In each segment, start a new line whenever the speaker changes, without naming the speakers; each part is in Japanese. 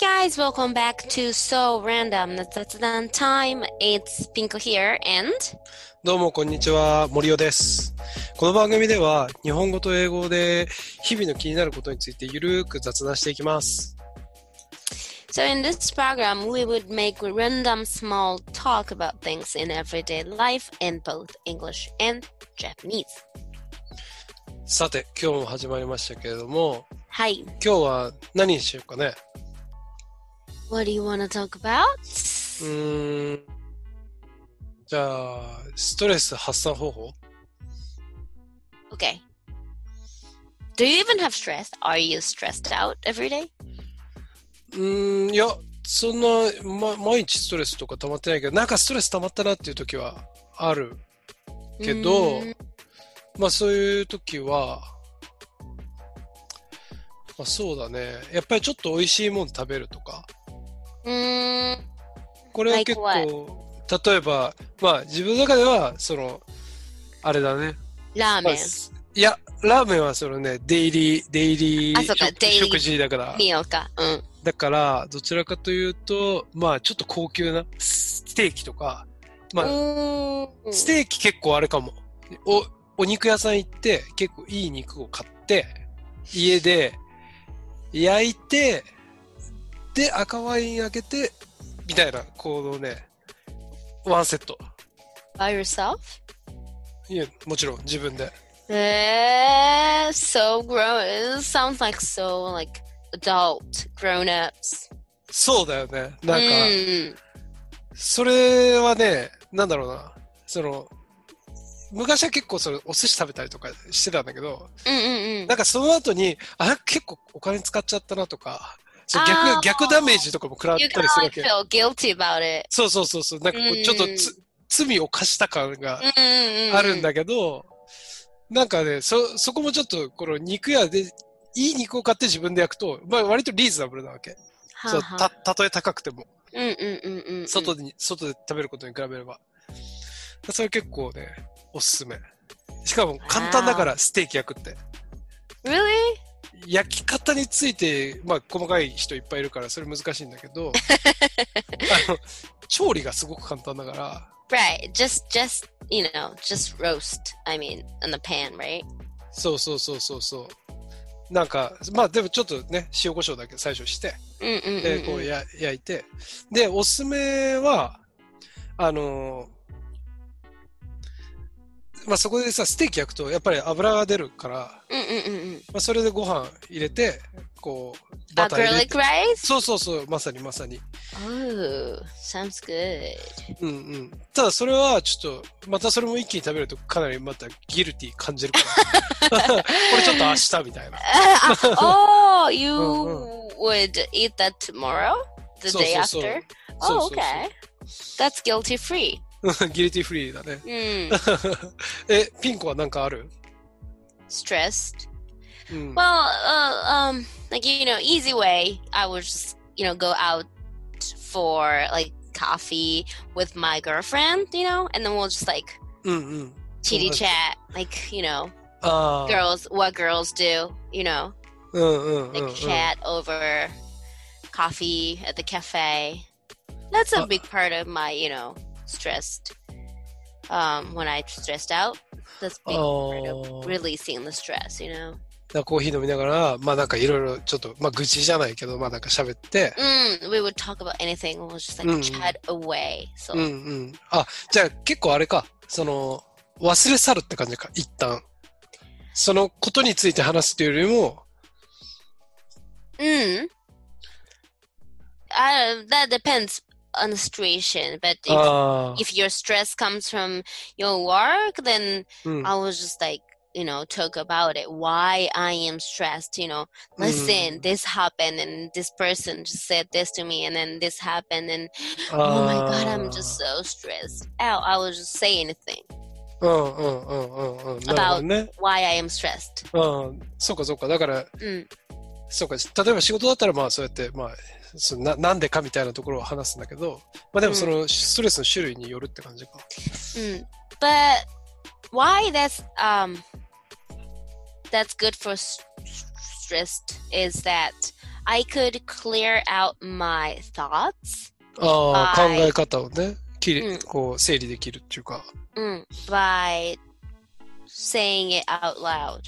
guys, welcome back to So Random 雑談 Time. It's Pink here and
どうもこんにちは森尾ですこの番組では日本語と英語で日々の気になることについてゆるく雑談していきます
so in this program we would make random small talk about things in everyday life in both English and Japanese.
さて今日も始まりましたけれども
はい。
今日は何にしようかね
What do you want to talk about?
うーんじゃあストレス発散方法
Okay. Do you even have stress? Are you stressed out every day?
うーんいやそんな、ま、毎日ストレスとか溜まってないけどなんかストレス溜まったなっていう時はあるけど
うーん
まあそういう時は、まあそうだね。やっぱりちょっと美味しいもの食べるとか。
うーん。
これは結構、例えば、まあ自分の中では、その、あれだね。
ラーメ
まあ
ン。
すいや、ラーメンはそのね、デイリー、デイリ
あ
ー
そうか
食
デイリー
食事だから。
見ようか。うん。
だから、どちらかというと、まあちょっと高級なステーキとか、まあ
うーん
ステーキ結構あれかも。お、お肉屋さん行って、結構いい肉を買って、家で焼いて、で、赤ワイン開けて、みたいな、このね、ワンセット。
by yourself?
いや、もちろん自分で。
Eh, so grown. It sounds like so like adult grown ups.
そうだよね。なんか、
Mm.
それはね、なんだろうな。その、昔は結構それお寿司食べたりとかしてたんだけど、
Mm-mm-mm.
なんかその後に、あ、結構お金使っちゃったなとか、そう
あー
逆逆ダメージとかも食らったり
You
する
kind
わ
like
け。
feel guilty about it.
そうそうそうそう、なんかこ
うん
うちょっとつ、罪を犯した感が
Mm, Mm-mm-mm.
あるんだけど、なんかね、そ、そこもちょっと、この肉屋で、いい肉を買って自分で焼くと、まあ割とリーズナブルなわけ。
Ha,
そう、
ha. Mm,
た、たとえ高くても、
Mm-mm-mm-mm-mm.
外に、外で食べることに比べれば。それ結構ね、おすすめ。しかも簡単だから、ステーキ焼くって。
Really?
焼き方について、まあ、細かい人いっぱいいるからそれ難しいんだけ どあの調理がすごく簡単だから
Right. Just just you know, just roast. I mean, in the pan, right?
そうそうそうそうそうなんかまあでもちょっとね塩コショウだけ最初して
Mm,
でこう
Mm-mm-mm.
や焼いてでおすすめはあのーまあ、そこでさステーキ焼くとやっぱり油が出るから、
Mm, Mm-mm-mm-mm.
まあ、それでご飯入れてこう
Uh,
バター入れ
garlic
て
rice?
そうそうそうまさにまさに
Oh, sounds good.
うんうん、ただそれはちょっとまたそれも一気に食べるとかなりまたギルティ感じるから これ ちょっと明日みたいな
Uh, uh, oh, you
Mm,
would eat that tomorrow? The
So,
day
so, so.
after?
So,
oh,
so,
okay. That's guilty free.
ギルティフリーだね
Mm,
えピンコは何かある、
stressed.
う
Well,
ん、
uh, um, like, you know, easy way, I would just, you know, go out for like coffee with my girlfriend, you know, and then we'll just like
うんうん
chitty
Oh, that's- Oh.
chat, like, you know,
ああ
girls, what girls do, you know,
うんうんうん、う
like
ん、
chat over coffee at the cafe. That's a
Uh,
big part of my, you know, stressed. Um, when I stressed out, that's a big part
Oh.
of releasing the stress. You know.
なんかコーヒー飲みながらまあなんかいろいろちょっとまあ愚痴じゃないけどまあなんか喋って、
Mm, we would talk about anything. We'll just like
Mm.
chat away.
う
So
んうん、あじゃあ結構あれかその忘れ去るって感じか一旦そのことについて話すというよりも
mm. I, that depends on the situation. But if,
ああ
if your stress comes from your work, then
うん
I was just like, you know, talk about it, why I am stressed, you know, listen,
Mm.
this happened and this person just said this to me and then this happened and
あー
oh my god, I'm just so stressed out. I will just say anything
うんうんうんうんうん。なるほどね。
why I am stressed.
うん。そうかそうか。だから、
Mm.
そうか。例えば仕事だったら、まあそうやって、まあ、そのななんでかみたいなところを話すんだけど、まあでもそのストレスの種類によるって感じか。
Mm. But why that's um that's good for s- stressed is that I could clear out my thoughts
ああ、考
はい
え方をね、きれ、
うん
こう、整理できるっていうか。
mm, by saying it out loud.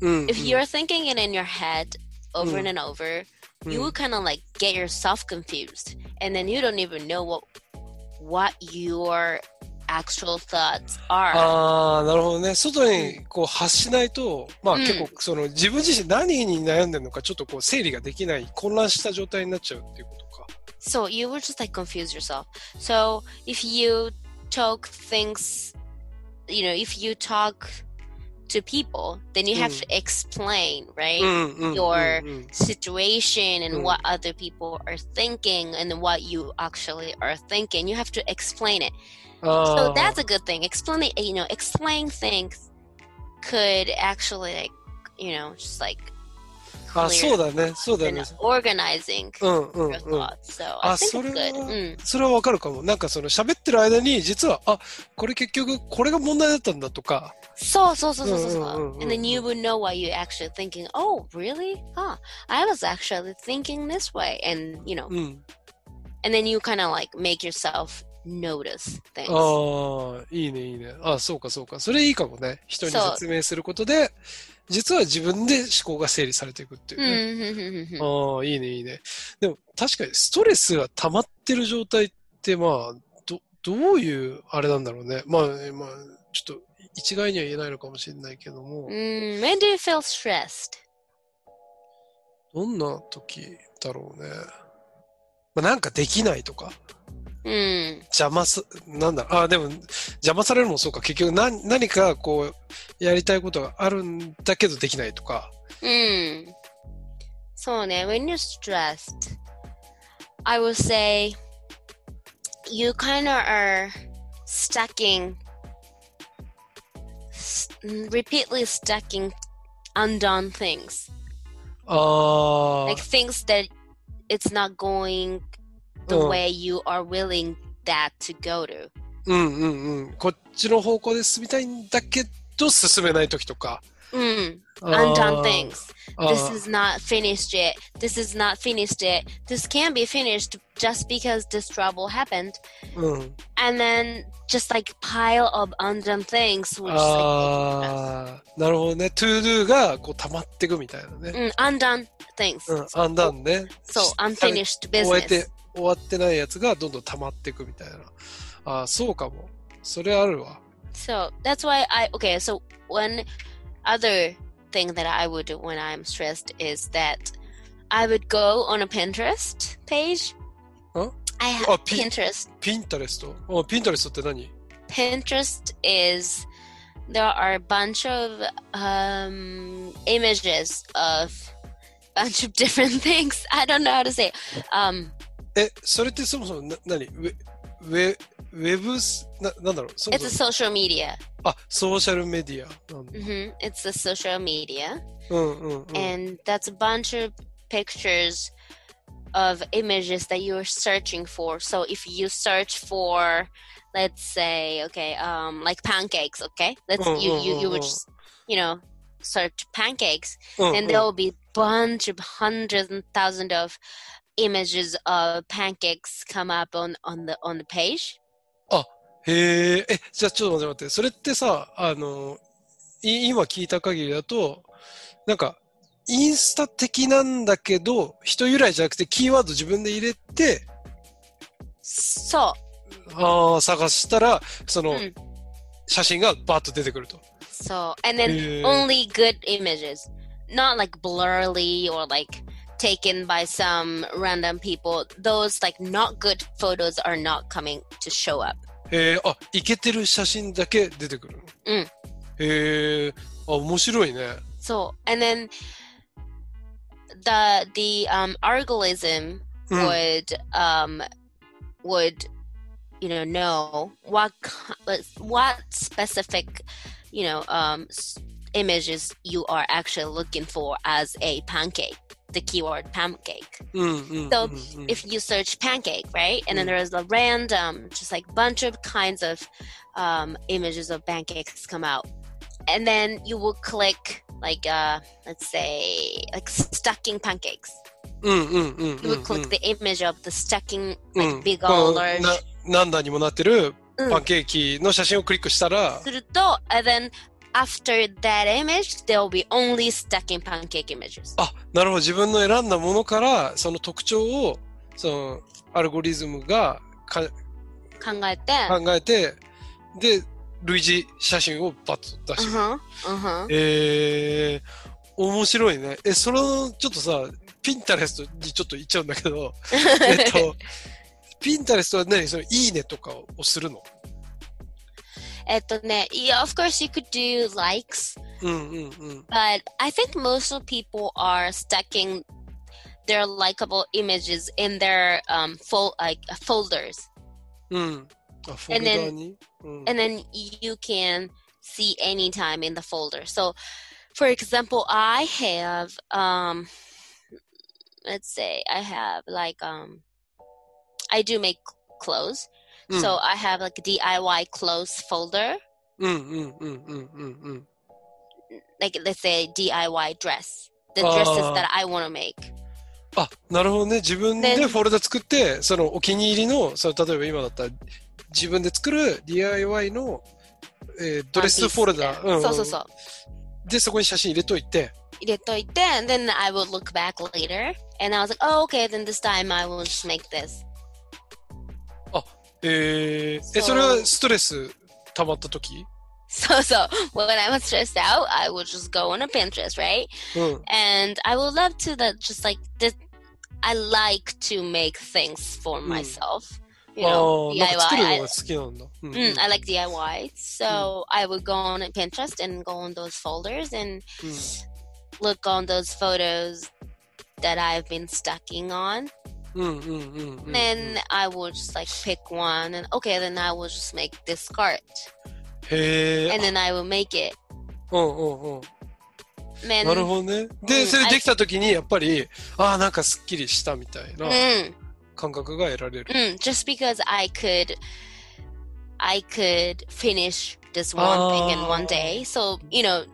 うん、うん。
If you're thinking it in your head over
Mm-hmm. Mm.
and over,
うん
you would kind of like get yourself confused, and then you don't even know what what your actual thoughts are.
ああ、なるほどね。外にこう発しないと、まあ
うん
結構その自分自身何に悩んでるのかちょっとこう整理ができない混乱した状態になっちゃうっていうことか。
So you will just like confuse yourself. So if you talk things, you know, if you talk to people, then you have
Mm.
to explain, right?
うんうんうん。
your
うん、
Situation and
Mm.
what other people are thinking and what you actually are thinking. You have to explain it.
あ
So
あ
that's a good thing. Explain, you know, explain things could actually like, you know, just like
あ、そう
clear
だね。そうだ
and
ね。
organizing
うんうんう
your
ん。
thoughts. So
Uh, Ah,
I think it's
それは
good. Mm.
それはわかるかも。なんかその喋ってる間に実は、あ、これ結局これが問題だったんだとか。
So, so, so, so, so, so.
Mm, mm, mm,
And then
mm,
you would know why you're actually thinking, oh, really? Huh, I was actually thinking this way. And, you know,
うん。
and then you kind of like make yourself notice things.
Oh. ああ、いいねいいね。あそうかそうか。それいいかもね。人に
そう
説明することで、実は自分で思考が整理されていくっていうね。
Mm-hmm.
ああ、いいね、いいね。でも、確かにストレスが溜まってる状態って、まあ、ど、どういう、あれなんだろうね。まあ、えまあ、ちょっと、一概には言えないのかもしれないけども、
Mm, when do you feel stressed?
どんな時だろうね。まあ、なんかできないとか、
Mm.
邪魔す、なんだろう、ああ、でも、邪魔されるのもそうか、結局何、何かこう、やりたいことがあるんだけどできないとか、
Mm. So, now, when you're stressed, I would say you kind of are stuck in, s- repeatedly stuck in undone things.
ああ
Like、things that it's not going the
うん
way you are willing that to go to.
うんうんうん、こっちの方向で進みたいんだけど、進めない時とか、
Mm,
あ
undone
ー
things.
あ
this
ー
is not finished yet. This is not finished yet. This can be finished just because this trouble happened.
うん。
And then just like pile of undone things, which like,
ああ、なるほどね。to do がこう溜まっていくみたいなね。
mm, undone things.
うん、アンダンね。
So
し
unfinished
終えて
business.、
終わってないやつがどんどん溜まっていくみたいな。ああ、そうかも。それあるわ。
So that's why I okay. So one other thing that I would do when I'm stressed is that I would go on a Pinterest page.
Huh?
I have
Oh, P-
Pinterest.
ピンタレストあピンタレストって何
Pinterest is there are a bunch of um, images of bunch of different things. I don't know how to say. it. Um,
え、それってそもそもな何ウェ、ウェ、ウェブス、な、なんだろうそも
it's a
そも
social media.
あ、ソーシャルメディアなんだ。
hmm It's a social media,
うんうんうん。
and that's a bunch of pictures of images that you're searching for. So if you search for, let's say, okay, um, like pancakes. Okay, let's
Mm,
you
mm,
you
mm,
you would
mm.
just, you know search pancakes.
うんうん
and there will be bunch of hundreds and thousands of images of pancakes come up on on the on the page
へえ、え、じゃあちょっと待って待って、それってさ、あの、い今聞いた限りだと、なんか、インスタ的なんだけど、人由来じゃなくてキーワード自分で入れて、
so
あー探したら、その、
うん
写真がバーッと出てくると。
so and then
へー
only good images not like blurry or like taken by some random people those like not good photos are not coming to show up
へえ、あ、イケてる写真だけ出てくるの。
うん
へえ、あ、面白いね。
so and then the the um algorithm
うん。
would um would you know know what ki- what specific you know um s- images you are actually looking for as a pancake the keyword pancake
うんうん。
So,
うんうん
if you search pancake right and then
Mm.
there is a random just like bunch of kinds of um, images of pancakes come out and then you will click like uh let's say like stuck in pancakes
うんうんうんう
You
ん
would click the image of the stacking
う
like
ん
big
この
old large
な何段にもなってる
うん
パンケーキの写真をクリックしたら、
すると and then after that image there will be only stacking pancake images
あなるほど自分の選んだものからその特徴をそのアルゴリズムがか
考えて
考えてで類似写真をバッと出してく
う
る、
んうんうん
えー、面白いねえそのちょっとさピンタレストにちょっと行っちゃうんだけど えっとピンタレストは何そのいいねとかをするの
えっとね yeah of course you could do likes
うんうんうん。
but I think most of people are stacking their likable images in their um, fol- like folders
うん。あ、フォルダーに、うん、
and then you can see anytime in the folder. So, for example, I have, um, let's say I have like, um, I do make clothes.
うん
So I have like a DIY clothes folder,
うんうんうんうんうんうん。
like let's say DIY dress, the dresses
Ah.
that I want to make.
あ、なるほどね。自分で
で
フォルダ作って、そのお気に入りの、その例えば今だったら、自分で作る DIY の、えードレスフォルダ、んん
そうそうそう。
で、そこに写真入れといて、
入れといて and then I would look back later and I was like, oh, okay, then this time I will just make this.
えー、
そう
え、それはストレス溜まった時
So so when I was stressed out, I would just go on a Pinterest, right?
うん。
And I would love to that just like this I like to make things for
Mm.
myself. You
ああ
know,
ー、なん
DIY.
か作るの
I,
が好きなんだ。うん
mm, I like DIY. So I would go on Pinterest and go on those folders and
うん
look on those photos that I've been stacking on.
うんうんうんうん。
Then I would just like pick one and okay, then I will just make this cart.
へえ
And。then I will make it.
うんうんうん。
Then
なるほどね。で、
うん
それ
あ
できたときに、やっぱり、ああ、なんかすっきりしたみたいな
Mm.
感覚が得られる。
Mm, just because I could, I could finish this one thing in one day. So you know,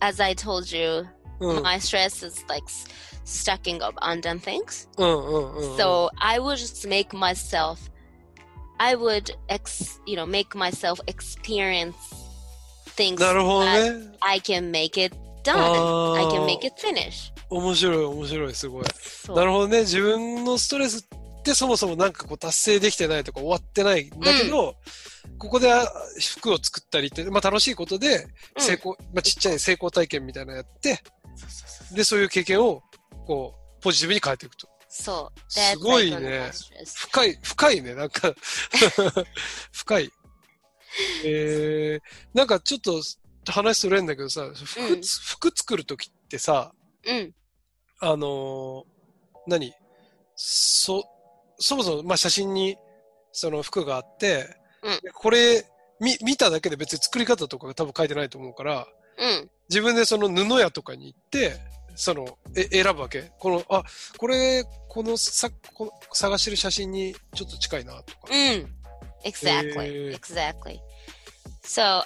as I told you,
うん、うん、
my stress is like s- stacking up undone things.
うん、うん。
So I would just make myself, I would ex, you know, make myself experience things
なるほど
that
ね。
I can make it done.
ああ
I can make it finish.
面白い、面白い、すごい。
So,
なるほどね。自分のストレスってそもそもなんかこう達成できてないとか終わってないんだけど、ここであ服を作ったりって、まあ楽しいことで、
うん
成功、まあちっちゃい成功体験みたいなのやって、
so- so- so-
で、そういう経験を、こう、ポジティブに変えていくと。
so
す
that's
ご
like
い
one of my
ね。
stress.
深い、深いね、なんか。 深い。えー、なんかちょっと話それんだけどさ、服,、
うん
服作るときってさ、
Mm,
あのー何そ、そもそも、まあ、写真にその服があって、
うん
でこれ、み、見ただけで別に作り方とかが多分書いてないと思うから、
mm.
自分でその布屋とかに行って、その、え、選ぶわけこの、あ、これ、このさ、この探してる写真にちょっと近いな、とか。
Mm, exactly.
Eh.
Exactly. So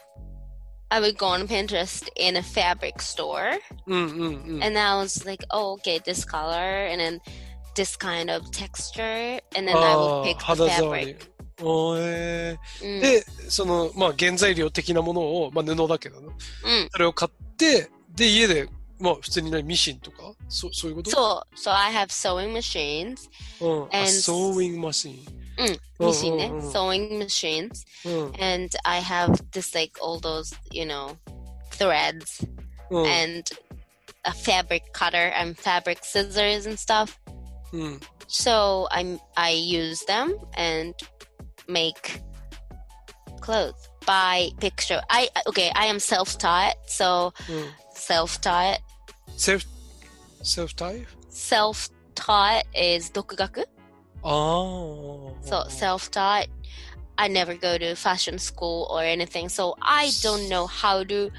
I would go on Pinterest in a fabric store
うんうんうん。
and I was like, oh, okay, this color and then this kind of texture. And then I
あ
would
ー
pick the
肌触り
fabric.
おーえ
Mm,
ーで、その、まあ、原材料的なものを、まあ、布だけどね。
mm.
それを買って、で、家で、まあ、普通にね、ミシンとか、そそういうこと
So, so I have sewing machines,
うん。あ、
and-
ソーウィングマシン。うん
machine,
うんうん
eh? sewing machines,
うん。
and I have this like all those, you know, threads
うん。
and a fabric cutter and fabric scissors and stuff.
うん。
so I I use them and make clothes by picture. I okay, I am self-taught, so
うん。
self-taught.
セルフ、セルフタイプ
Self-taught is 独学.
ああ。
So self-taught. I never go to fashion school or anything, so I don't know how to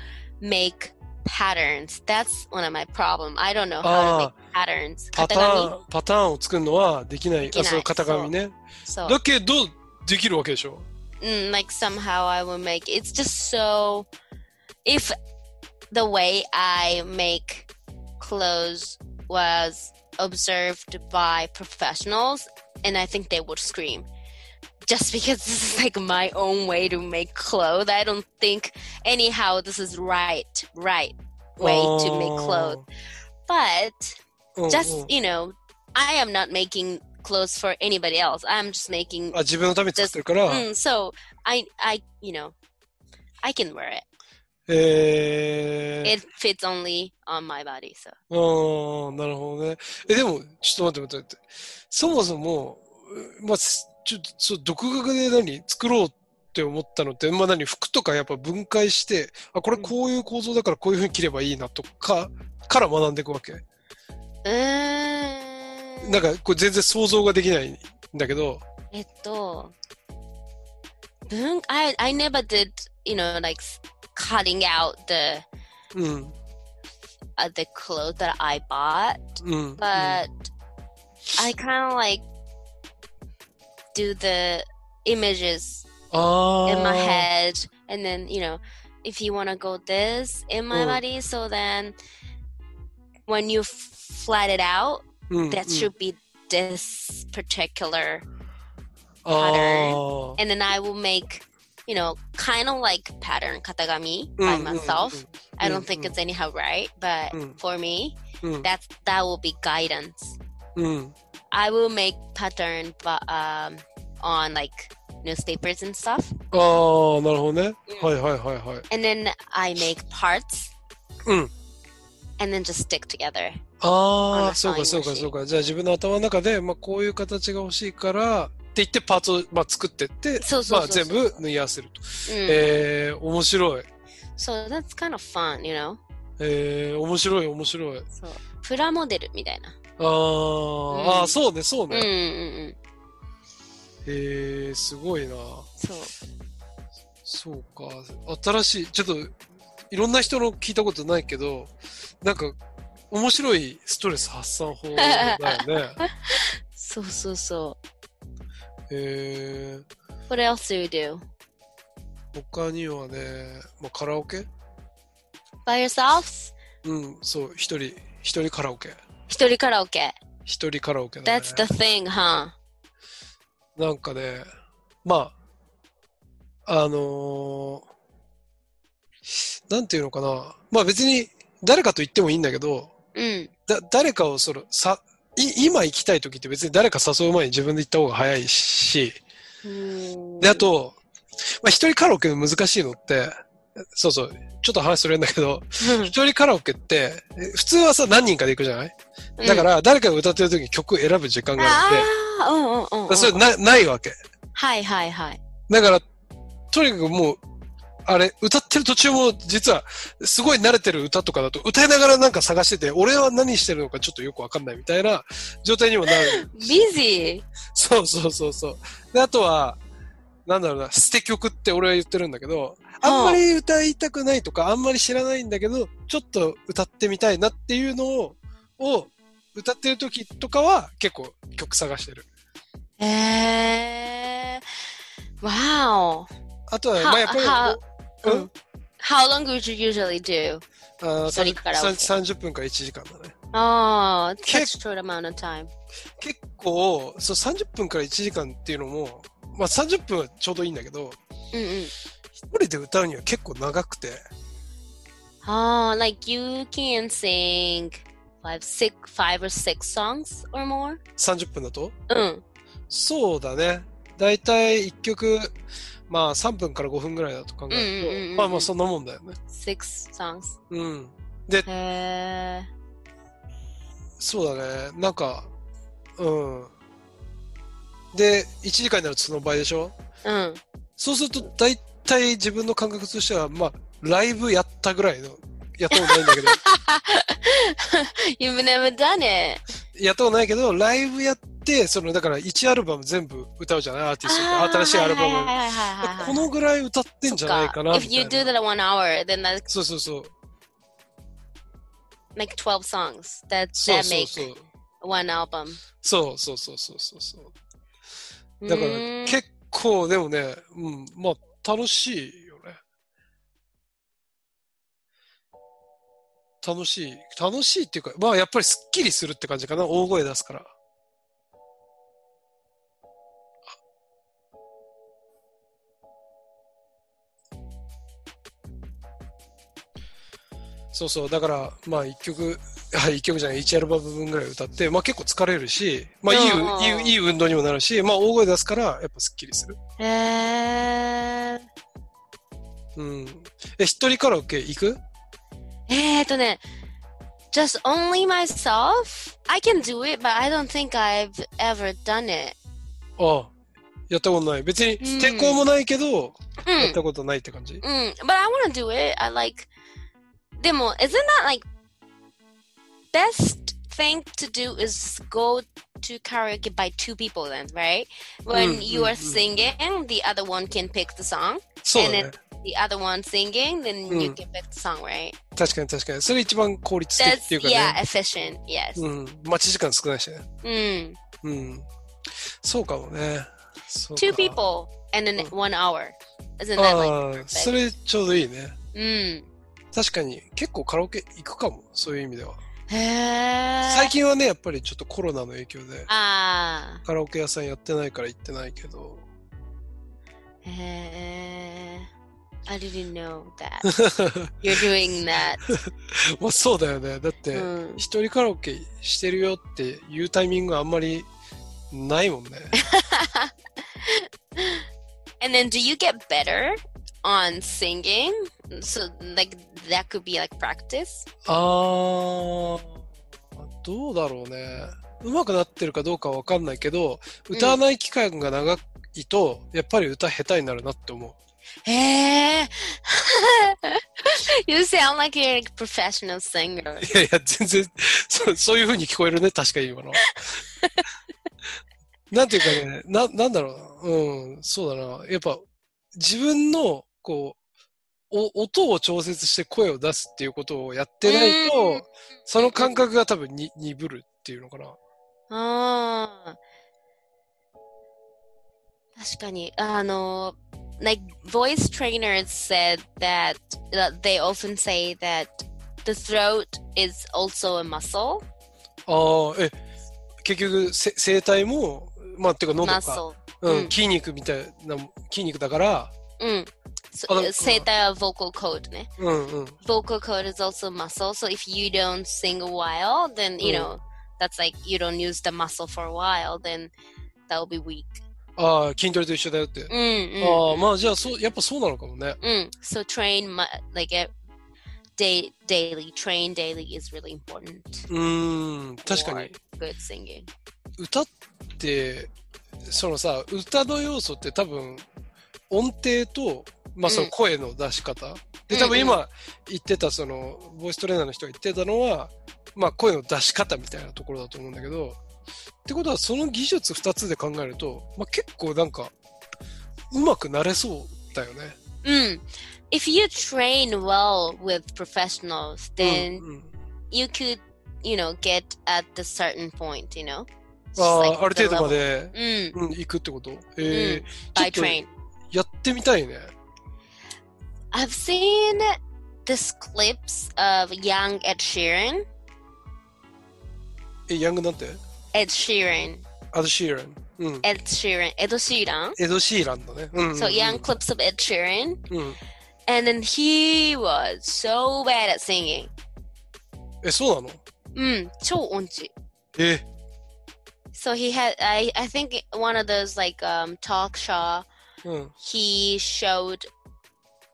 make patterns. That's one of my problem. I don't know how to
あ
make patterns.
あ、パタ
Katagami.
ーン、パターンを作るのはできな
で
い。
きない
あ、その型紙ね。
So
だけど、できるわけでしょ。
mm, like somehow I will make it's just so if the way I make clothes was observed by professionals, and I think they would scream. Just because this is like my own way to make clothes, I don't think anyhow this is right, right way to make clothes. But
うんうん
just you know, I am not making clothes for anybody else. I'm just making.
あ自分のために作ってるから、
Mm, so I, I, you know, I can wear it.
えー、
It fits only on my body. So
あーなるほどね。え、でも、ちょっと待って待って待って。そもそも、うまあ、すちょっと、そう、独学で何作ろうって思ったのって、まあ何、服とかやっぱ分解して、あ、これこういう構造だからこういうふうに切ればいいなとか、から学んでいくわけ。
うーん。
なんか、これ全然想像ができないんだけど、
えっと、文 I, I never did, you know, like s- cutting out the,
うん、
uh, the clothes that I bought,
うん。
but I kind of like do the images
あー
in my head. And then, you know, if you want to go this in my
Mm.
body, so then when you f- flat it out,
うん、
that
うん
should be this particular
あー
and then I will make, you know, kind of like pattern katagami
う
by
ん
myself.
うん
I don't think
mm.
it's anyhow right, but
Mm.
for me,
うん
that's that will be guidance.
うん。
I will make pattern, but um, on like newspapers and stuff,
あー、なるほどね。
うん
はいはいはいはい。
and then I make parts,
Mm.
and then just stick together.
あ
あ
あ、
の
そうかそ
サイ
う
ン
か
欲しい
そうか。じゃあ自分の頭の中で、まあ、こういう形が欲しいから、って言ってパーツを、まあ、作ってって、
そうそう
ま
そ
あ、
うそう
全部縫い合わせると。
Mm.
えー、面白い。
So that's kind of fun, you know.
えー、面白い面白い。
So プラモデルみたいな。
あー、
うん
あーそうね、そう
うんうん
ね。
うん。
えー、すごいな。
そう。
そうか。新しい、ちょっと、いろんな人の聞いたことないけど、なんか、面白いストレス発散法だよ ね。
そうそうそ
えー、
う。What else do you do?
他にはね、まあ、カラオケ
By yourselves?
うん、そう、一人、一人カラオケ。
一人カラオケ。
一人カラオケだね。
That's the thing, huh?
なんかね、まあ、あのーなんていうのかな。まあ別に誰かと言ってもいいんだけど、
うん。
だ誰かをその、さ、い今行きたい時って別に誰か誘う前に自分で行った方が早いし、で、あと、まあ一人カラオケの難しいのって、そうそう、ちょっと話それるんだけど、
うん、
一人カラオケって、え普通はさ、何人かで行くじゃないだから、誰かが歌ってる時に曲選ぶ時間があ
あ
るんで、
あ、うんうんうんう
だ
ん、
からそれなないわけ。
はいはいはい。
だから、とにかくもう、あれ、歌ってる途中も、実は、すごい慣れてる歌とかだと、歌いながらなんか探してて、俺は何してるのかちょっとよくわかんないみたいな状態にもな る。
busy!
そうそうそうそう。で、あとは、なんだろうな、捨て曲って俺は言ってるんだけど、あんまり歌いたくないとか、あんまり知らないんだけど、ちょっと歌ってみたいなっていうのを、を歌ってる時とかは、結構曲探してる。
えー、wow!
あとは、
は
まあやっぱ
は
り、
うん How long would you usually do?
あー
一人カラオケ
さん30分から1時間だね。
Oh, it's
結
such a short amount of time.
結構、そう30分から1時間っていうのも、まあ30分はちょうどいいんだけど、
うんうん。
一人で歌うには結構長くて、
Oh, like you can sing five, six, five or six songs or more?
30分だと
うん。
そうだね。だいたい1曲、まあ3分から5分ぐらいだと考えると、
うんうんうんうん
まあまあそんなもんだよね。
Six songs.
うん。
へー。
そうだね。なんか、うん。で、1時間になるとその倍でしょ
うん。
そうすると、大体自分の感覚としては、まあ、ライブやったぐらいの、 やったことないんだけど、
You've never done it!
やったことないけど、ライブやって、その、だから1アルバム全部歌うじゃないアーティスト
あ
っ
ー
て、新しいアルバム。
はいはいはいはいはい
このぐらい歌ってんじゃないかなみ
If
たい
you do
な。
that one hour, then that's
そうそうそう。
like 12 songs. That,
そう
that
そう
make
そう。
one album.
そうそうそうそうそうそう。だから
うーん
結構でもね、うん、まあ楽しいよね。楽しい。楽しいっていうか、まあやっぱりスッキリするって感じかな。大声出すから。そうそう。だから、まあ一曲、 あ一曲じゃない、一アルバム分ぐらい歌って、まあ結構疲れるし、まあいい、
うんうん
いい、いい運動にもなるし、まあ大声出すから、やっぱスッキリする。
へえ
うん。え、一人カラオケ行く
えーっとね eh, just only myself I can do it but I don't think I've ever done it
ああ。やったことない。別に
うん
抵抗もないけど、
うん
やったことないって感じ。
Mm, Hmm, but I want to do it. I like. Demo, isn't that like best thing to do is go to karaoke by two people then, right? When
Mm,
you
mm,
are
mm.
singing, the other one can pick the song.
そうだね
and。The other one singing, then you
Mm.
can pick the song, right?
確かに確かに。それ一番効率的っ
That's
ていうか
yeah,
ね。
efficient. Yes.
うん。待ち時間少ないしね。
Mm.
うん。そうかもね。そうか
Two people and then
Mm.
one hour. Isn't that
あ
like?
あ、それちょうどいいね。
Mm.
確かに結構カラオケ行くかも。そういう意味では。最
Ah.
近はね、やっぱりちょっとコロナの影響
Ah.
で、カラオケ屋さんやってないから行ってないけど。
Eh, I didn't know that you're doing that.
まあそうだよね。だって、
Mm.
一人カラオケしてるよっていうタイミングあんまりないもんね。
And then, do you get better on singing? So, like that could be like practice.
あーどうだろうね。うまくなってるかどうかわかんないけど、歌わない期間が長いと、やっぱり歌下手になるなって思う。
Eh. you sound like you're a professional singer.
いやいや、全然、そそういう風に聞こえるね、確かに今の。 なんていうかね、な、なんだろうな。うん、そうだな。やっぱ、自分の、こう、お音を調節して声を出すっていうことをやってない
うん
と、その感覚が多分に鈍るっていうのかな。
あー確かに、あの、like voice trainers said that, that they often say that the throat is also a muscle.
ああ、え、結局せ、声帯も、まあ、っていうか、喉か、
muscle.
う
うん
ん、筋肉みたいな、筋肉だから、
うん。
あの
So, 声帯は vocal cord ね。
うんうん。
Vocal cord is also muscle. So if you don't sing a while, then, you
うん
know, that's like you don't use the muscle for a while, then that will be weak. Mm,
ああ、筋トレと一緒だよって。
うんうん。
ああ、まあ、じゃあ、そう、やっぱそうなのかもね。
Mm. So train mu- like a day daily train daily is really important.
うーん、確かに。
for good singing.
歌って、そのさ、歌の要素って多分、音程と、まあ、その声の出し方。で、多分
うん
今言ってた、その、ボイストレーナーの人が言ってたのは、まあ、声の出し方みたいなところだと思うんだけど、ってことは、その技術2つで考えると、まあ、結構なんか、うまくなれそうだよね。
Mm. If you train well with professionals,
うん
then
うん
you could, you know, get at the certain point. You know,
あ
Just like
あ、ある
the
程度
level.
まで、
Mm.
うん、行くってことええ
By
ちょっと
train,
やってみたいね。
I've seen this clips of young Ed Sheeran.
え、ヤングなんて
Ed Sheeran.
アド・シーラン。うん。
Ed Sheeran. Ed Sheeran.
エド・シーランだね。うんうんうん
So young clips of Ed Sheeran.
うん。
And then he was so bad at singing.
え、そうなの
Mm, 超音痴.
え、
So he had, I, I think one of those like um, talk show,
うん。
he showed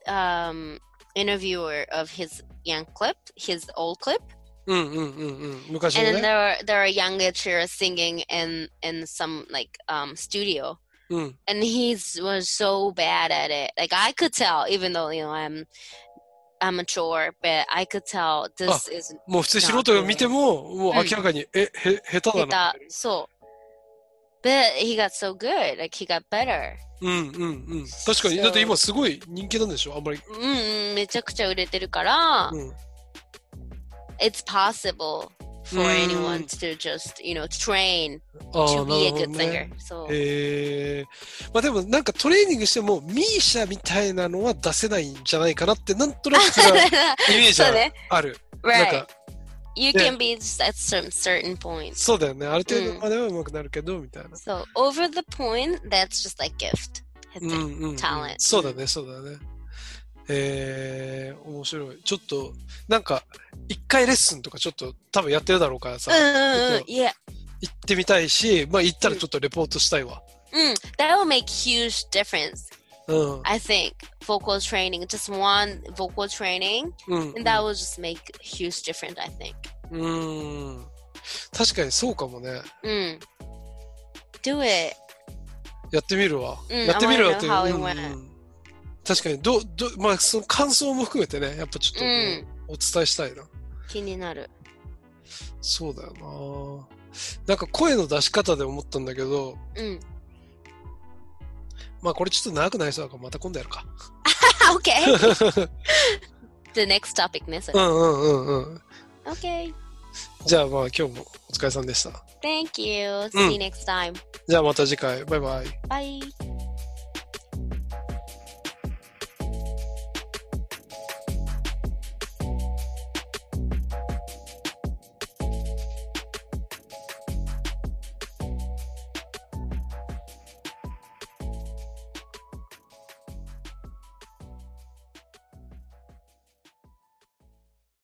um, interviewer of his young clip, his old clip.
うんうんうんうん。昔の
And then
ね。
there are, there are young cheerers singing in, in some like um, studio.
うん。
And he was so bad at it. Like I could tell, even though, you know, I'm amateur, but I could tell this is
もう普通素人が見ても、もう明らかに、え、へ、下手だな。
so but he got so good like he got better
うんうんうん。確かに。
そう
だって今すごい人気なんでしょあんまり。
Mm, うん、めちゃくちゃ売れてるから、
うん。
it's possible for
うん。
anyone to just you know train
ああ
to
ー、な
be a
るほど
good
ね
singer。so
ええまあでもなんかトレーニングしてもミー シャみたいなのは出せないんじゃないかなってなんとなくそれはイメージはある。なん
right
か
you can
Yeah.
be just at some certain points
そうだよねある程度まではうまくなるけど、みたいな
so over the point that's just like gift
う
That's
ん
it.
うんうん
talent
そうだねそうだねえー、面白いちょっとなんか一回レッスンとかちょっと多分やってるだろうからさ、
うんうんうん Uh,
Good
yeah
行ってみたいしまあ行ったらちょっとレポートしたいわ
Mm, that will make huge difference
うん、
i think vocal training just one vocal training
うん、
and that will just make huge difference i think
うん確かにそうかもね
mm. do it
やってみるわ、
うん
やってみるわっていう、
I wanna know
うん
how it went
うん確かにどどまあその感想も含めてねやっぱちょっと、
うん
お伝えしたいな
気になる
そうだよななんか声の出し方で思ったんだけど
うん
まあこれちょっと長くなりそうだからまた今度や るか
okay the next topic ねそれ
うんうんうんうん
okay
じゃあまあ今日もお疲れさんでした
thank you see you next time
じゃあまた次回バイバイ
bye